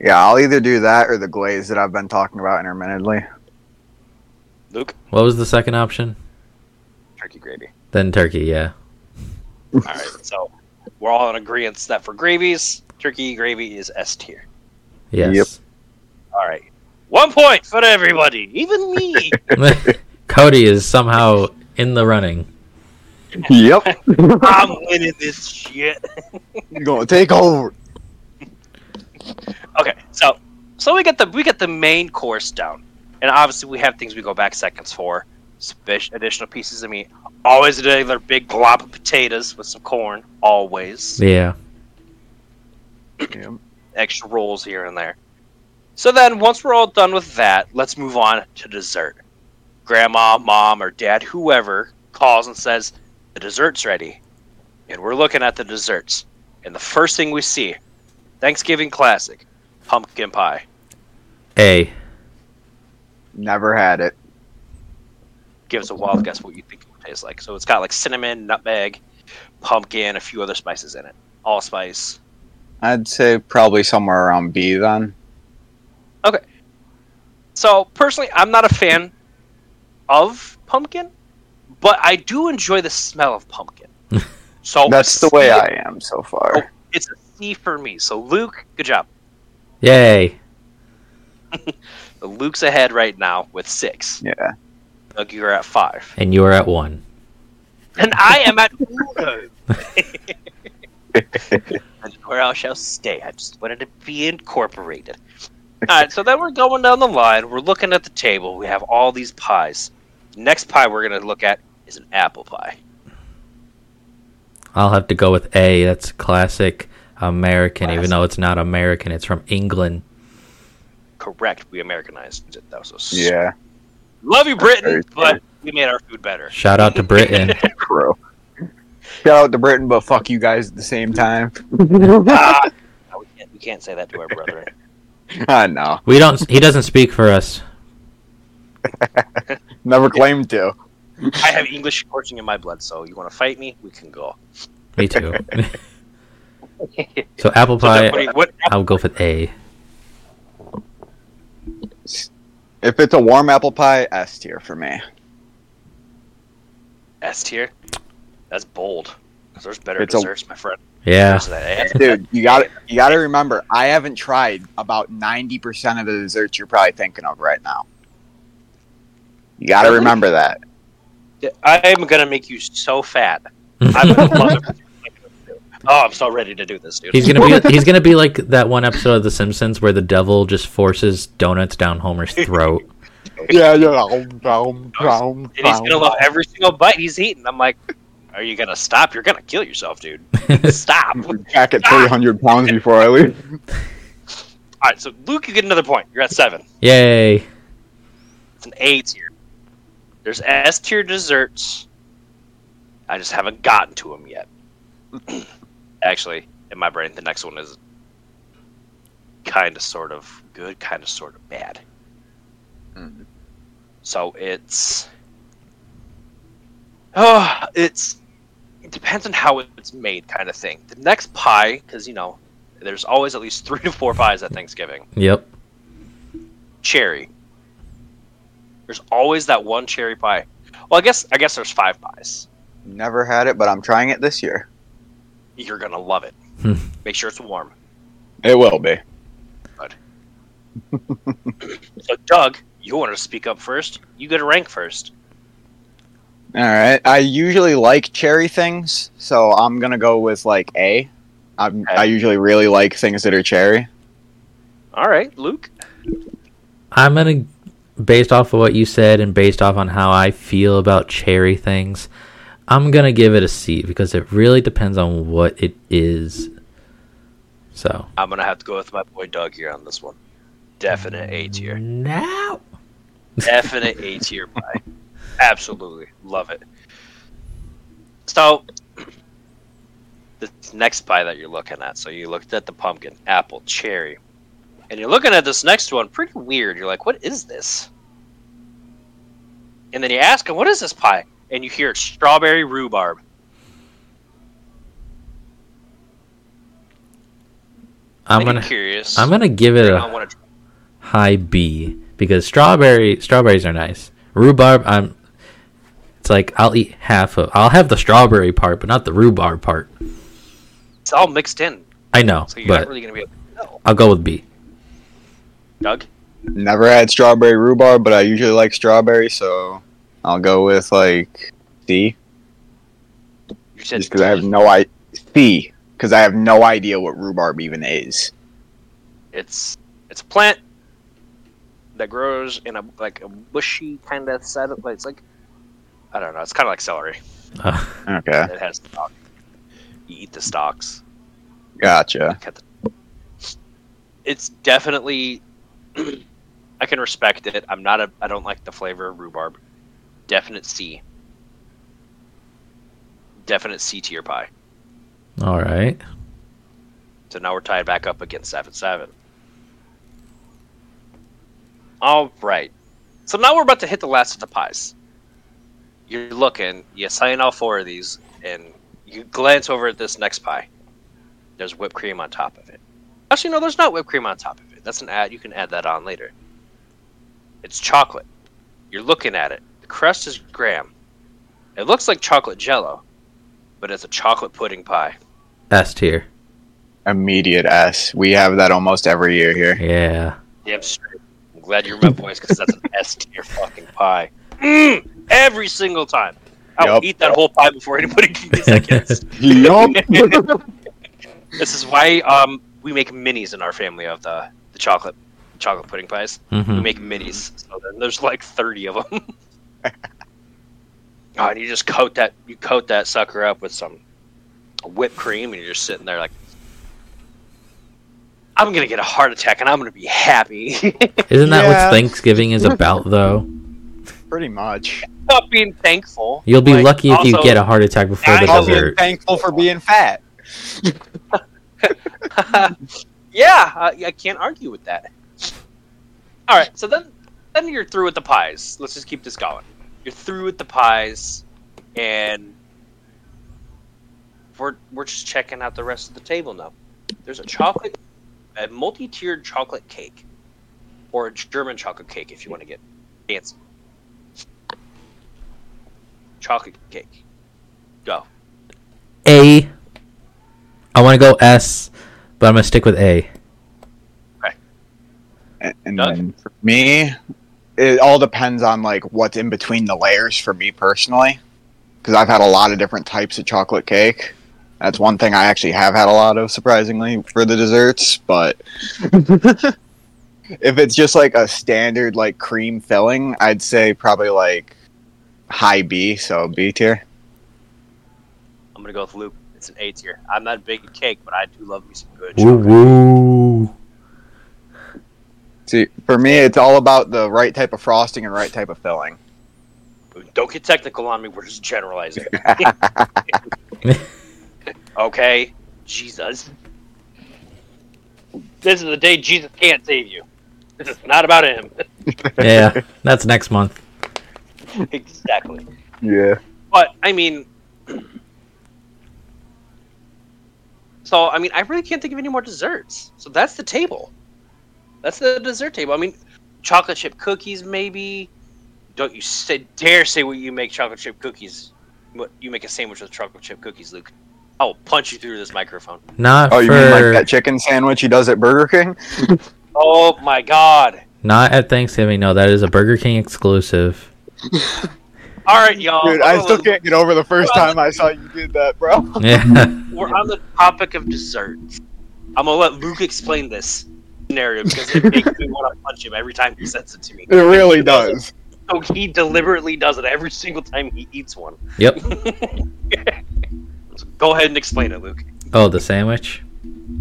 S3: Yeah, I'll either do that or the glaze that I've been talking about intermittently.
S1: Luke,
S2: What was the second option?
S1: turkey gravy.
S2: Then turkey. Yeah.
S1: All right, so we're all in agreement that for gravies, turkey gravy is S tier.
S2: Yes.
S1: All right, one point for everybody, even me.
S2: Cody is somehow in the running.
S3: yep.
S1: I'm winning this shit.
S3: You're gonna take over.
S1: Okay, so so we get the we get the main course down, and obviously we have things we go back seconds for, special additional pieces of meat. Always another big glob of potatoes with some corn. Always
S2: Yeah.
S1: extra rolls here and there. So then, once we're all done with that, let's move on to dessert. Grandma, mom, or dad, whoever calls and says the dessert's ready, and we're looking at the desserts, and the first thing we see, Thanksgiving classic, pumpkin pie.
S2: A.
S3: Never had it.
S1: give us a wild guess what you think it would taste like. So it's got like cinnamon, nutmeg, pumpkin, a few other spices in it. Allspice.
S3: I'd say probably somewhere around B then.
S1: So personally, I'm not a fan of pumpkin, but I do enjoy the smell of pumpkin. So
S3: That's the way I am so far.
S1: It's a C for me. So Luke, good job.
S2: Yay.
S1: Luke's ahead right now with six.
S3: Yeah.
S1: Doug, you're at five,
S2: And you are at one.
S1: and I am at uno. And where I shall stay. I just wanted to be incorporated. All right, so then we're going down the line. We're looking at the table. We have all these pies. Next pie we're going to look at is an apple pie.
S2: I'll have to go with A. That's classic American, even
S1: Classic.
S2: though it's not American. It's from England.
S1: Correct. We Americanized it. That was so s-
S3: Yeah.
S1: Love you, Britain,
S3: Very
S1: but we made our food better.
S2: Shout out to Britain.
S3: True. Shout out to Britain, but fuck you guys at the same time.
S1: Ah, no, we, can't, we can't say that to our brethren.
S3: I know.
S2: we don't. He doesn't speak for us.
S3: Never claimed to.
S1: I have English scorching in my blood, so you want to fight me? We can go.
S2: Me too. so apple
S1: So
S2: pie.
S1: then what do you- what-
S2: I'll go with A.
S3: If it's a warm apple pie, S tier for me.
S1: S tier? That's bold. 'Cause There's better
S3: It's a-
S1: desserts, my friend.
S2: Yeah.
S1: There's that A.
S3: Dude, you got you got to remember, I haven't tried about ninety percent of the desserts you're probably thinking of right now. You got to
S1: Really?
S3: remember that.
S1: I am going to make you so fat. I would love it. Oh, I'm so ready to do this, dude.
S2: He's gonna be. He's gonna be like that one episode of The Simpsons where the devil just forces donuts down Homer's throat.
S3: Yeah, yeah.
S1: and he's gonna love every single bite he's eating. I'm like, are you gonna stop? You're gonna kill yourself, dude. Stop. All
S3: Back at three hundred pounds before I leave.
S1: right, so Luke, you get another point. You're at seven.
S2: Yay.
S1: It's an A tier. There's S tier desserts. I just haven't gotten to them yet. Actually, in my brain, the next one is kind of, sort of good, kind of, sort of bad.
S3: Mhm.
S1: So it's. Oh, it's. It depends on how it's made, kind of thing. The next pie, because, you know, there's always at least three to four pies at Thanksgiving
S2: Yep.
S1: cherry. There's always that one cherry pie. Well, I guess I guess there's five pies.
S3: Never had it, but I'm trying it this year.
S1: You're gonna love it.
S2: Hmm.
S1: Make sure it's warm.
S3: It will be.
S1: So, Doug, you want to speak up first? You get a rank first.
S3: All right. I usually like cherry things, so I'm gonna go with like A. I'm, I usually really like things that are cherry.
S1: All right, Luke.
S2: I'm gonna, based off of what you said and based off on how I feel about cherry things, I'm gonna give it a C because it really depends on what it is. So
S1: I'm gonna have to go with my boy Doug here on this one. Definite A tier.
S2: now,
S1: Definite A tier pie. Absolutely love it. So, this next pie that you're looking at. So you looked at the pumpkin, apple, cherry, and you're looking at this next one. Pretty weird. You're like, what is this? And then you ask him, what is this pie? And you hear it's strawberry rhubarb.
S2: I'm
S1: I'm
S2: gonna
S1: curious.
S2: I'm gonna give it
S1: I
S2: a
S1: want to.
S2: high B because strawberry strawberries are nice. Rhubarb, I'm. It's like I'll eat half of. I'll have the strawberry part, but not the rhubarb part.
S1: It's all mixed in,
S2: I know,
S1: so you're
S2: but
S1: not really gonna be. Able to tell.
S2: I'll go with B.
S1: Doug,
S3: Never had strawberry rhubarb, but I usually like strawberry, so I'll go with like C,
S1: you said
S3: just because I have no I C, because I have no idea what rhubarb even is.
S1: it's it's a plant that grows in a like a bushy kind of side of like it's like I don't know. It's kind of like celery.
S2: Uh,
S3: Okay,
S1: It has stalk. You eat the stalks.
S3: gotcha.
S1: It's definitely. I can respect it. I'm not a. I don't like the flavor of rhubarb. Definite C. Definite C tier pie.
S2: all right.
S1: So now we're tied back up against seven seven. All right. So now we're about to hit the last of the pies. You're looking, you sign all four of these, and you glance over at this next pie. There's whipped cream on top of it. Actually, no, there's not whipped cream on top of it. That's an ad. You can add that on later. It's chocolate. You're looking at it. The crust is graham. It looks like chocolate jello, but it's a chocolate pudding pie.
S2: S tier.
S3: Immediate S. We have that almost every year here.
S2: Yeah.
S1: Damn straight. I'm glad you're my voice because that's an S tier fucking pie. Mm, every single time. I'll
S3: Yup.
S1: eat that whole pie before anybody can get seconds. this is why um, we make minis in our family of the, the chocolate chocolate pudding pies. We
S2: hmm
S1: make minis. So then there's like 30 of them. oh, and you just coat that you coat that sucker up with some whipped cream and you're just sitting there like I'm gonna get a heart attack and I'm gonna be happy.
S2: Isn't that
S3: Yeah.
S2: what Thanksgiving is about, though?
S3: Pretty much.
S1: not being thankful.
S2: You'll be
S1: Like,
S2: lucky if you
S1: also-
S2: get a heart attack before the
S1: I-
S3: I'm being
S2: dessert.
S3: thankful for being fat.
S1: yeah, I, I can't argue with that. All right, so then then you're through with the pies. Let's just keep this going. You're through with the pies, and we're we're just checking out the rest of the table now. There's a chocolate, a multi-tiered chocolate cake, or a German chocolate cake if you want to get fancy. Chocolate cake. Go.
S2: A. I want to go S, but I'm gonna stick with A.
S3: And, and
S1: Doug?
S3: then for me, it all depends on like what's in between the layers for me personally, because I've had a lot of different types of chocolate cake. That's one thing I actually have had a lot of, surprisingly, for the desserts. But if it's just like a standard like cream filling, I'd say probably like high B, so B tier.
S1: I'm gonna go with Luke. It's an A tier. I'm not big at cake, but I do love me some good.
S2: Woo
S1: chocolate.
S2: woo.
S3: See, for me, it's all about the right type of frosting and right type of filling.
S1: Don't get technical on me. We're just generalizing. okay, Jesus. This is the day Jesus can't save you. This is not about him.
S2: Yeah, that's next month.
S1: exactly.
S3: Yeah.
S1: But I mean, so I mean, I really can't think of any more desserts. So that's the table. That's the dessert table. I mean, chocolate chip cookies, maybe. Don't you say, dare say what you make chocolate chip cookies. What you make a sandwich with chocolate chip cookies, Luke? I will punch you through this microphone.
S2: Not
S3: Oh, you mean like
S2: for
S3: that chicken sandwich he does at Burger King?
S1: Oh my god!
S2: not at Thanksgiving. No, that is a Burger King exclusive.
S1: All right, y'all.
S3: Dude, I
S1: Oh,
S3: still can't get over the first time I saw you did that, bro.
S2: Yeah.
S1: We're on the topic of desserts. I'm gonna let Luke explain this scenario because it makes me want to punch him every time he sends it to me.
S3: It really does.
S1: So he deliberately does it every single time he eats one.
S2: yep.
S1: So go ahead and explain it, Luke.
S2: Oh, the sandwich.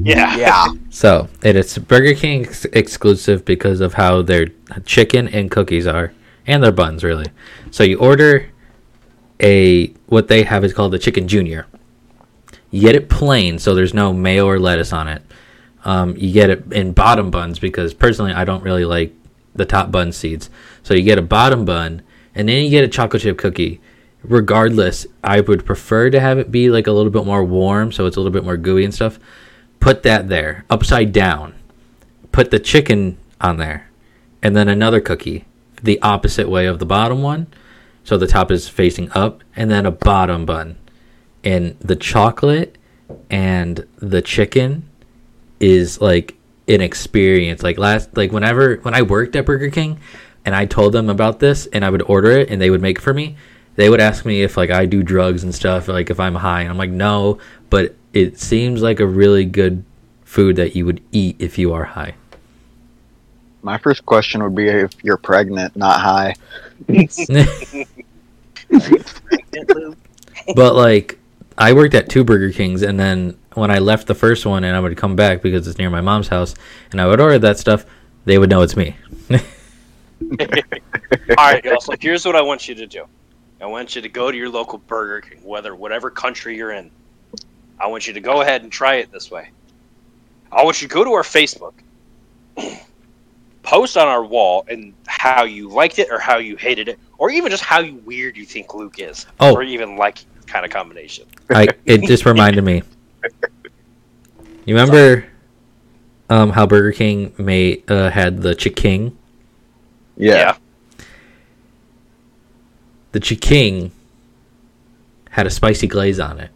S1: Yeah.
S3: Yeah.
S2: So it is Burger King ex- exclusive because of how their chicken and cookies are, and their buns really. So you order a what they have is called the chicken junior. You get it plain, so there's no mayo or lettuce on it. Um, you get it in bottom buns because personally I don't really like the top bun seeds. So you get a bottom bun, and then you get a chocolate chip cookie. Regardless, I would prefer to have it be like a little bit more warm, so it's a little bit more gooey and stuff put that there upside down, put the chicken on there, and then another cookie the opposite way of the bottom one. So the top is facing up, and then a bottom bun. And the chocolate and the chicken is like an experience. Like last, like whenever when I worked at Burger King, and I told them about this, and I would order it, and they would make it for me. They would ask me if like I do drugs and stuff, like if I'm high, and I'm like no, but it seems like a really good food that you would eat if you are high.
S3: My first question would be if you're pregnant, not high.
S2: but like I worked at two Burger Kings, and then when I left the first one, and I would come back because it's near my mom's house, and I would order that stuff, they would know it's me.
S1: All right, y'all. So here's what I want you to do. I want you to go to your local Burger King, whether whatever country you're in. I want you to go ahead and try it this way. I want you to go to our Facebook, post on our wall, and how you liked it or how you hated it, or even just how you weird you think Luke is,
S2: Oh.
S1: or even like kind of combination.
S2: I it just reminded me. You remember um, how Burger King made uh, had the chiking?
S3: Yeah.
S2: The chiking had a spicy glaze on it.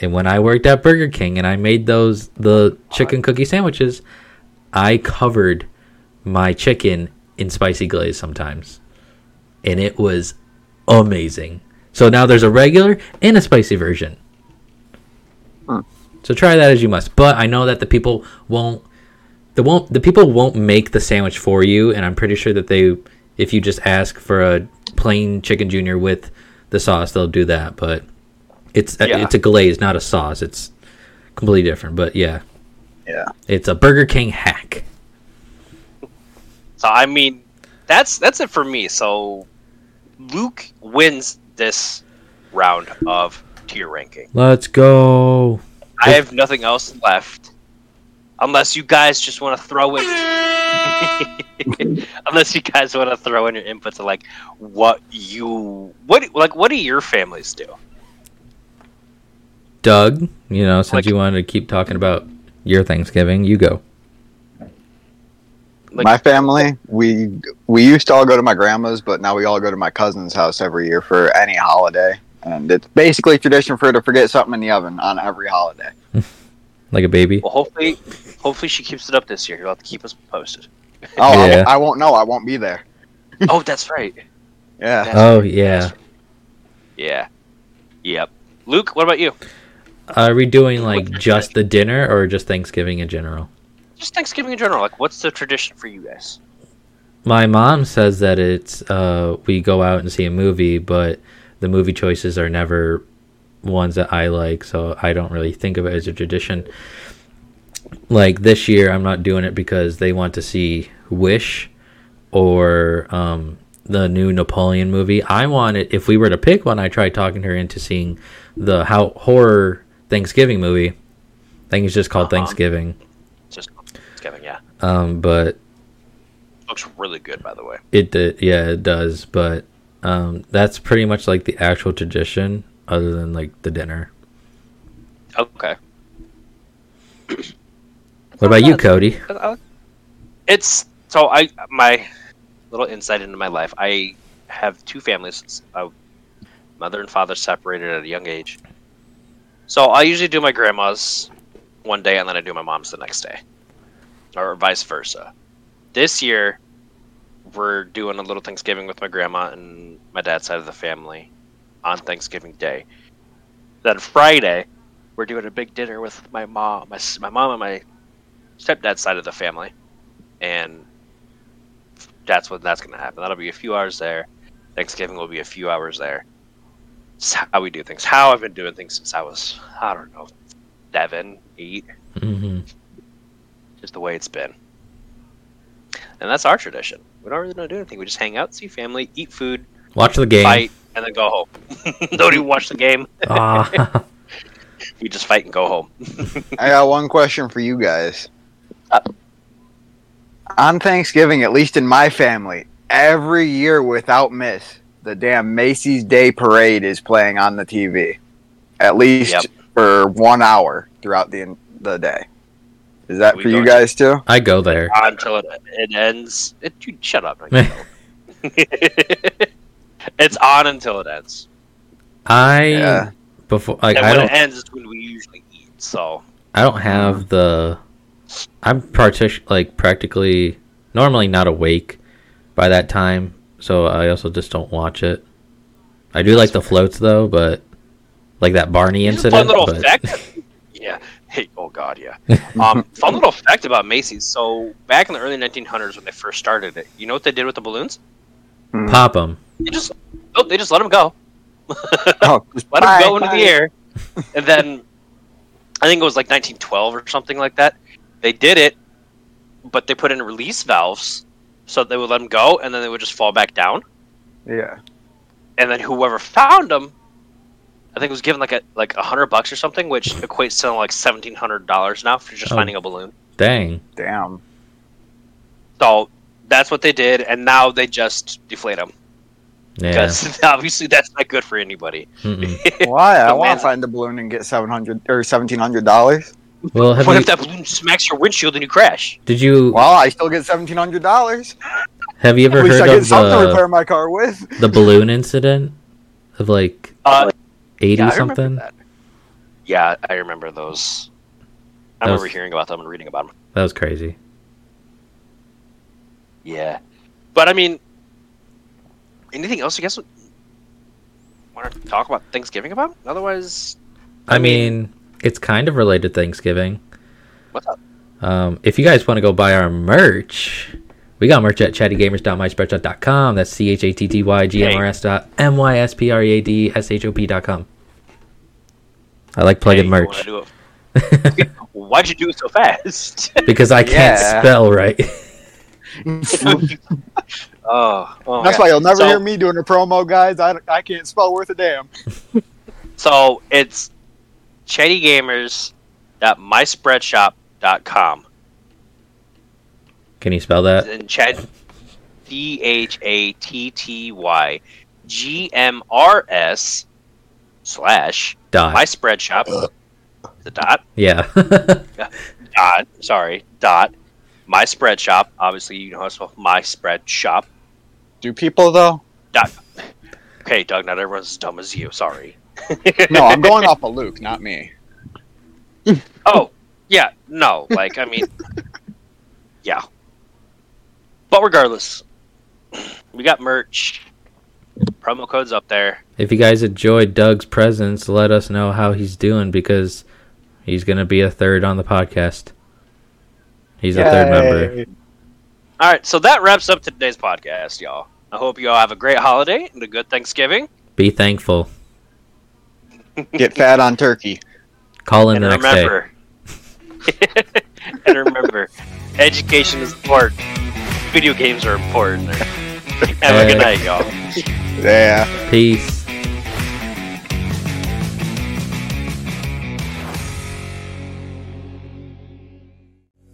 S2: And when I worked at Burger King and I made those the chicken cookie sandwiches, I covered my chicken in spicy glaze sometimes. And it was amazing. So now there's a regular and a spicy version.
S3: Hmm.
S2: So try that as you must. But I know that the people won't the won't the people won't make the sandwich for you and I'm pretty sure that they if you just ask for a plain chicken junior with the sauce, they'll do that, but it's
S1: Yeah.
S2: it's a glaze, not a sauce. It's completely different, but yeah.
S3: Yeah.
S2: It's a Burger King hack.
S1: So I mean, that's that's it for me. So Luke wins this round of tier ranking.
S2: Let's go.
S1: I have nothing else left, unless you guys just want to throw in. unless you guys want to throw in your input to like what you what like what do your families do?
S2: Doug, you know, since
S1: Like-
S2: you wanted to keep talking about your Thanksgiving, you go.
S1: Like-
S3: my family, we we used to all go to my grandma's, but now we all go to my cousin's house every year for any holiday. And it's basically tradition for her to forget something in the oven on every holiday.
S2: Like a baby.
S1: Well, hopefully, hopefully she keeps it up this year. You'll have to keep us posted.
S3: Oh,
S2: Yeah.
S3: I, I won't know. I won't be there.
S1: oh, that's right.
S3: Yeah.
S1: That's
S2: Oh
S1: right.
S2: yeah.
S1: Yeah. Yep. Luke, what about you?
S2: Are we doing like just the dinner or just Thanksgiving in general?
S1: Just Thanksgiving in general. Like, what's the tradition for you guys?
S2: My mom says that it's uh we go out and see a movie, but the movie choices are never ones that I like, so I don't really think of it as a tradition. Like this year I'm not doing it because they want to see Wish or um the new Napoleon movie. I want it if we were to pick one, I tried talking her into seeing the how horror Thanksgiving movie. I think it's just called
S1: Uh-huh.
S2: Thanksgiving.
S1: Just Thanksgiving, yeah.
S2: Um but
S1: Looks really good, by the way.
S2: It did, yeah, it does. But um, that's pretty much like the actual tradition, other than like the dinner.
S1: Okay.
S2: What about you, Cody?
S1: It's so I my little insight into my life. I have two families. Uh, mother and father separated at a young age. So I usually do my grandma's one day, and then I do my mom's the next day, or vice versa. This year, we're doing a little Thanksgiving with my grandma and my dad's side of the family on Thanksgiving Day. Then Friday, we're doing a big dinner with my mom, my s- my mom and my stepdad's side of the family, and that's when that's going to happen. That'll be a few hours there. Thanksgiving will be a few hours there. It's how we do things. How I've been doing things since I was, I don't know, seven, eight.
S2: hmm
S1: Just the way it's been. And that's our tradition. We don't really do anything. We just hang out, see family, eat food,
S2: Watch the game.
S1: fight, and then go home. don't even watch the game.
S2: Ah,
S1: We just fight and go home.
S3: I got one question for you guys. On Thanksgiving, at least in my family, every year without miss, the damn Macy's Day Parade is playing on the TV. At least
S1: Yep.
S3: for one hour throughout the the day. Is that
S1: We
S3: for you
S1: don't-
S3: guys too?
S2: I go there.
S1: until it, it ends. It, dude, shut up. Nico. it's on until it ends.
S2: I
S3: Yeah.
S2: before like,
S1: and
S2: I
S1: when
S2: don't
S1: it ends is when we usually eat. So
S2: I don't have the. I'm partition like practically normally not awake by that time, so I also just don't watch it. I do like the floats though, but like that Barney
S1: Just a fun
S2: incident.
S1: little
S2: but-
S1: fact. yeah. Hey. Oh God. Yeah. Um. fun little fact about Macy's. So back in the early 1900s when they first started it, you know what they did with the balloons?
S2: Pop 'em.
S1: They just oh, they just let them go.
S3: Oh,
S1: let him
S3: Bye,
S1: go into
S3: bye.
S1: the air. And then I think it was like 1912 or something like that. They did it, but they put in release valves so they would let him go, and then they would just fall back down.
S3: yeah.
S1: And then whoever found him, I think was given like a like a hundred bucks or something, which equates to like seventeen hundred dollars now for just
S2: Oh.
S1: finding a balloon.
S2: Dang.
S3: Damn.
S1: So that's what they did, and now they just deflate them
S2: Yeah.
S1: because obviously that's not good for anybody.
S2: Mm-mm.
S3: Why? I
S1: The
S3: want
S1: man-
S3: to find the balloon and get seven hundred or seventeen hundred dollars.
S2: Well, have
S1: what
S2: you,
S1: if that balloon smacks your windshield and you crash?
S2: did you
S3: Well, I still get seventeen hundred dollars.
S2: have you ever
S3: At least I
S2: heard
S3: get
S2: of uh,
S3: something to
S2: the
S3: repair my car with.
S2: the balloon incident of like
S1: Uh,
S2: eighty
S1: Yeah, I remember
S2: something? That.
S1: that. Yeah, I remember those. I
S2: That
S1: remember
S2: was-
S1: hearing about them and reading about them.
S2: was crazy.
S1: Yeah, but I mean, anything else? You guys want to talk about Thanksgiving about? Otherwise,
S2: I
S1: I mean-
S2: mean, it's kind of related to Thanksgiving.
S1: what's up?
S2: Um, if you guys want to go buy our merch, we got merch at chattygamers.myspreadshirt.com. That's C H A T T Y G M R S dot M Y S P R E A D S H O P dot com. I like plugging
S1: Hey, you wanna
S2: merch
S1: do it- Why'd you do it so fast?
S2: because I can't
S3: Yeah.
S2: spell right.
S1: oh, oh my
S3: That's
S1: God.
S3: why you'll never
S1: So-
S3: hear me doing a promo, guys. I, I can't spell worth a damn.
S1: So it's chattygamers.myspreadshop.com
S2: Can you spell that?
S1: and Chad D H A T T Y G M R S slash
S2: Dot.
S1: my spread shop the dot
S2: yeah.
S1: dot sorry dot my spread shop obviously you know how to spell my spread shop
S3: Do people though?
S1: dot okay Doug not everyone's as dumb as you sorry
S3: No, I'm going off of Luke, not me.
S1: oh yeah no like I mean yeah but regardless we got merch promo codes up there
S2: if you guys enjoyed Doug's presence, let us know how he's doing because he's going to be a third on the podcast. He's a third member.
S1: All right, so that wraps up today's podcast, y'all. I hope you all have a great holiday and a good Thanksgiving.
S2: Be thankful.
S3: Get fat on turkey.
S2: Call in
S1: And
S2: the next day.
S1: remember, and remember, education is important. Video games are important. Have a good
S2: Hey.
S1: night, y'all.
S3: Yeah.
S2: Peace.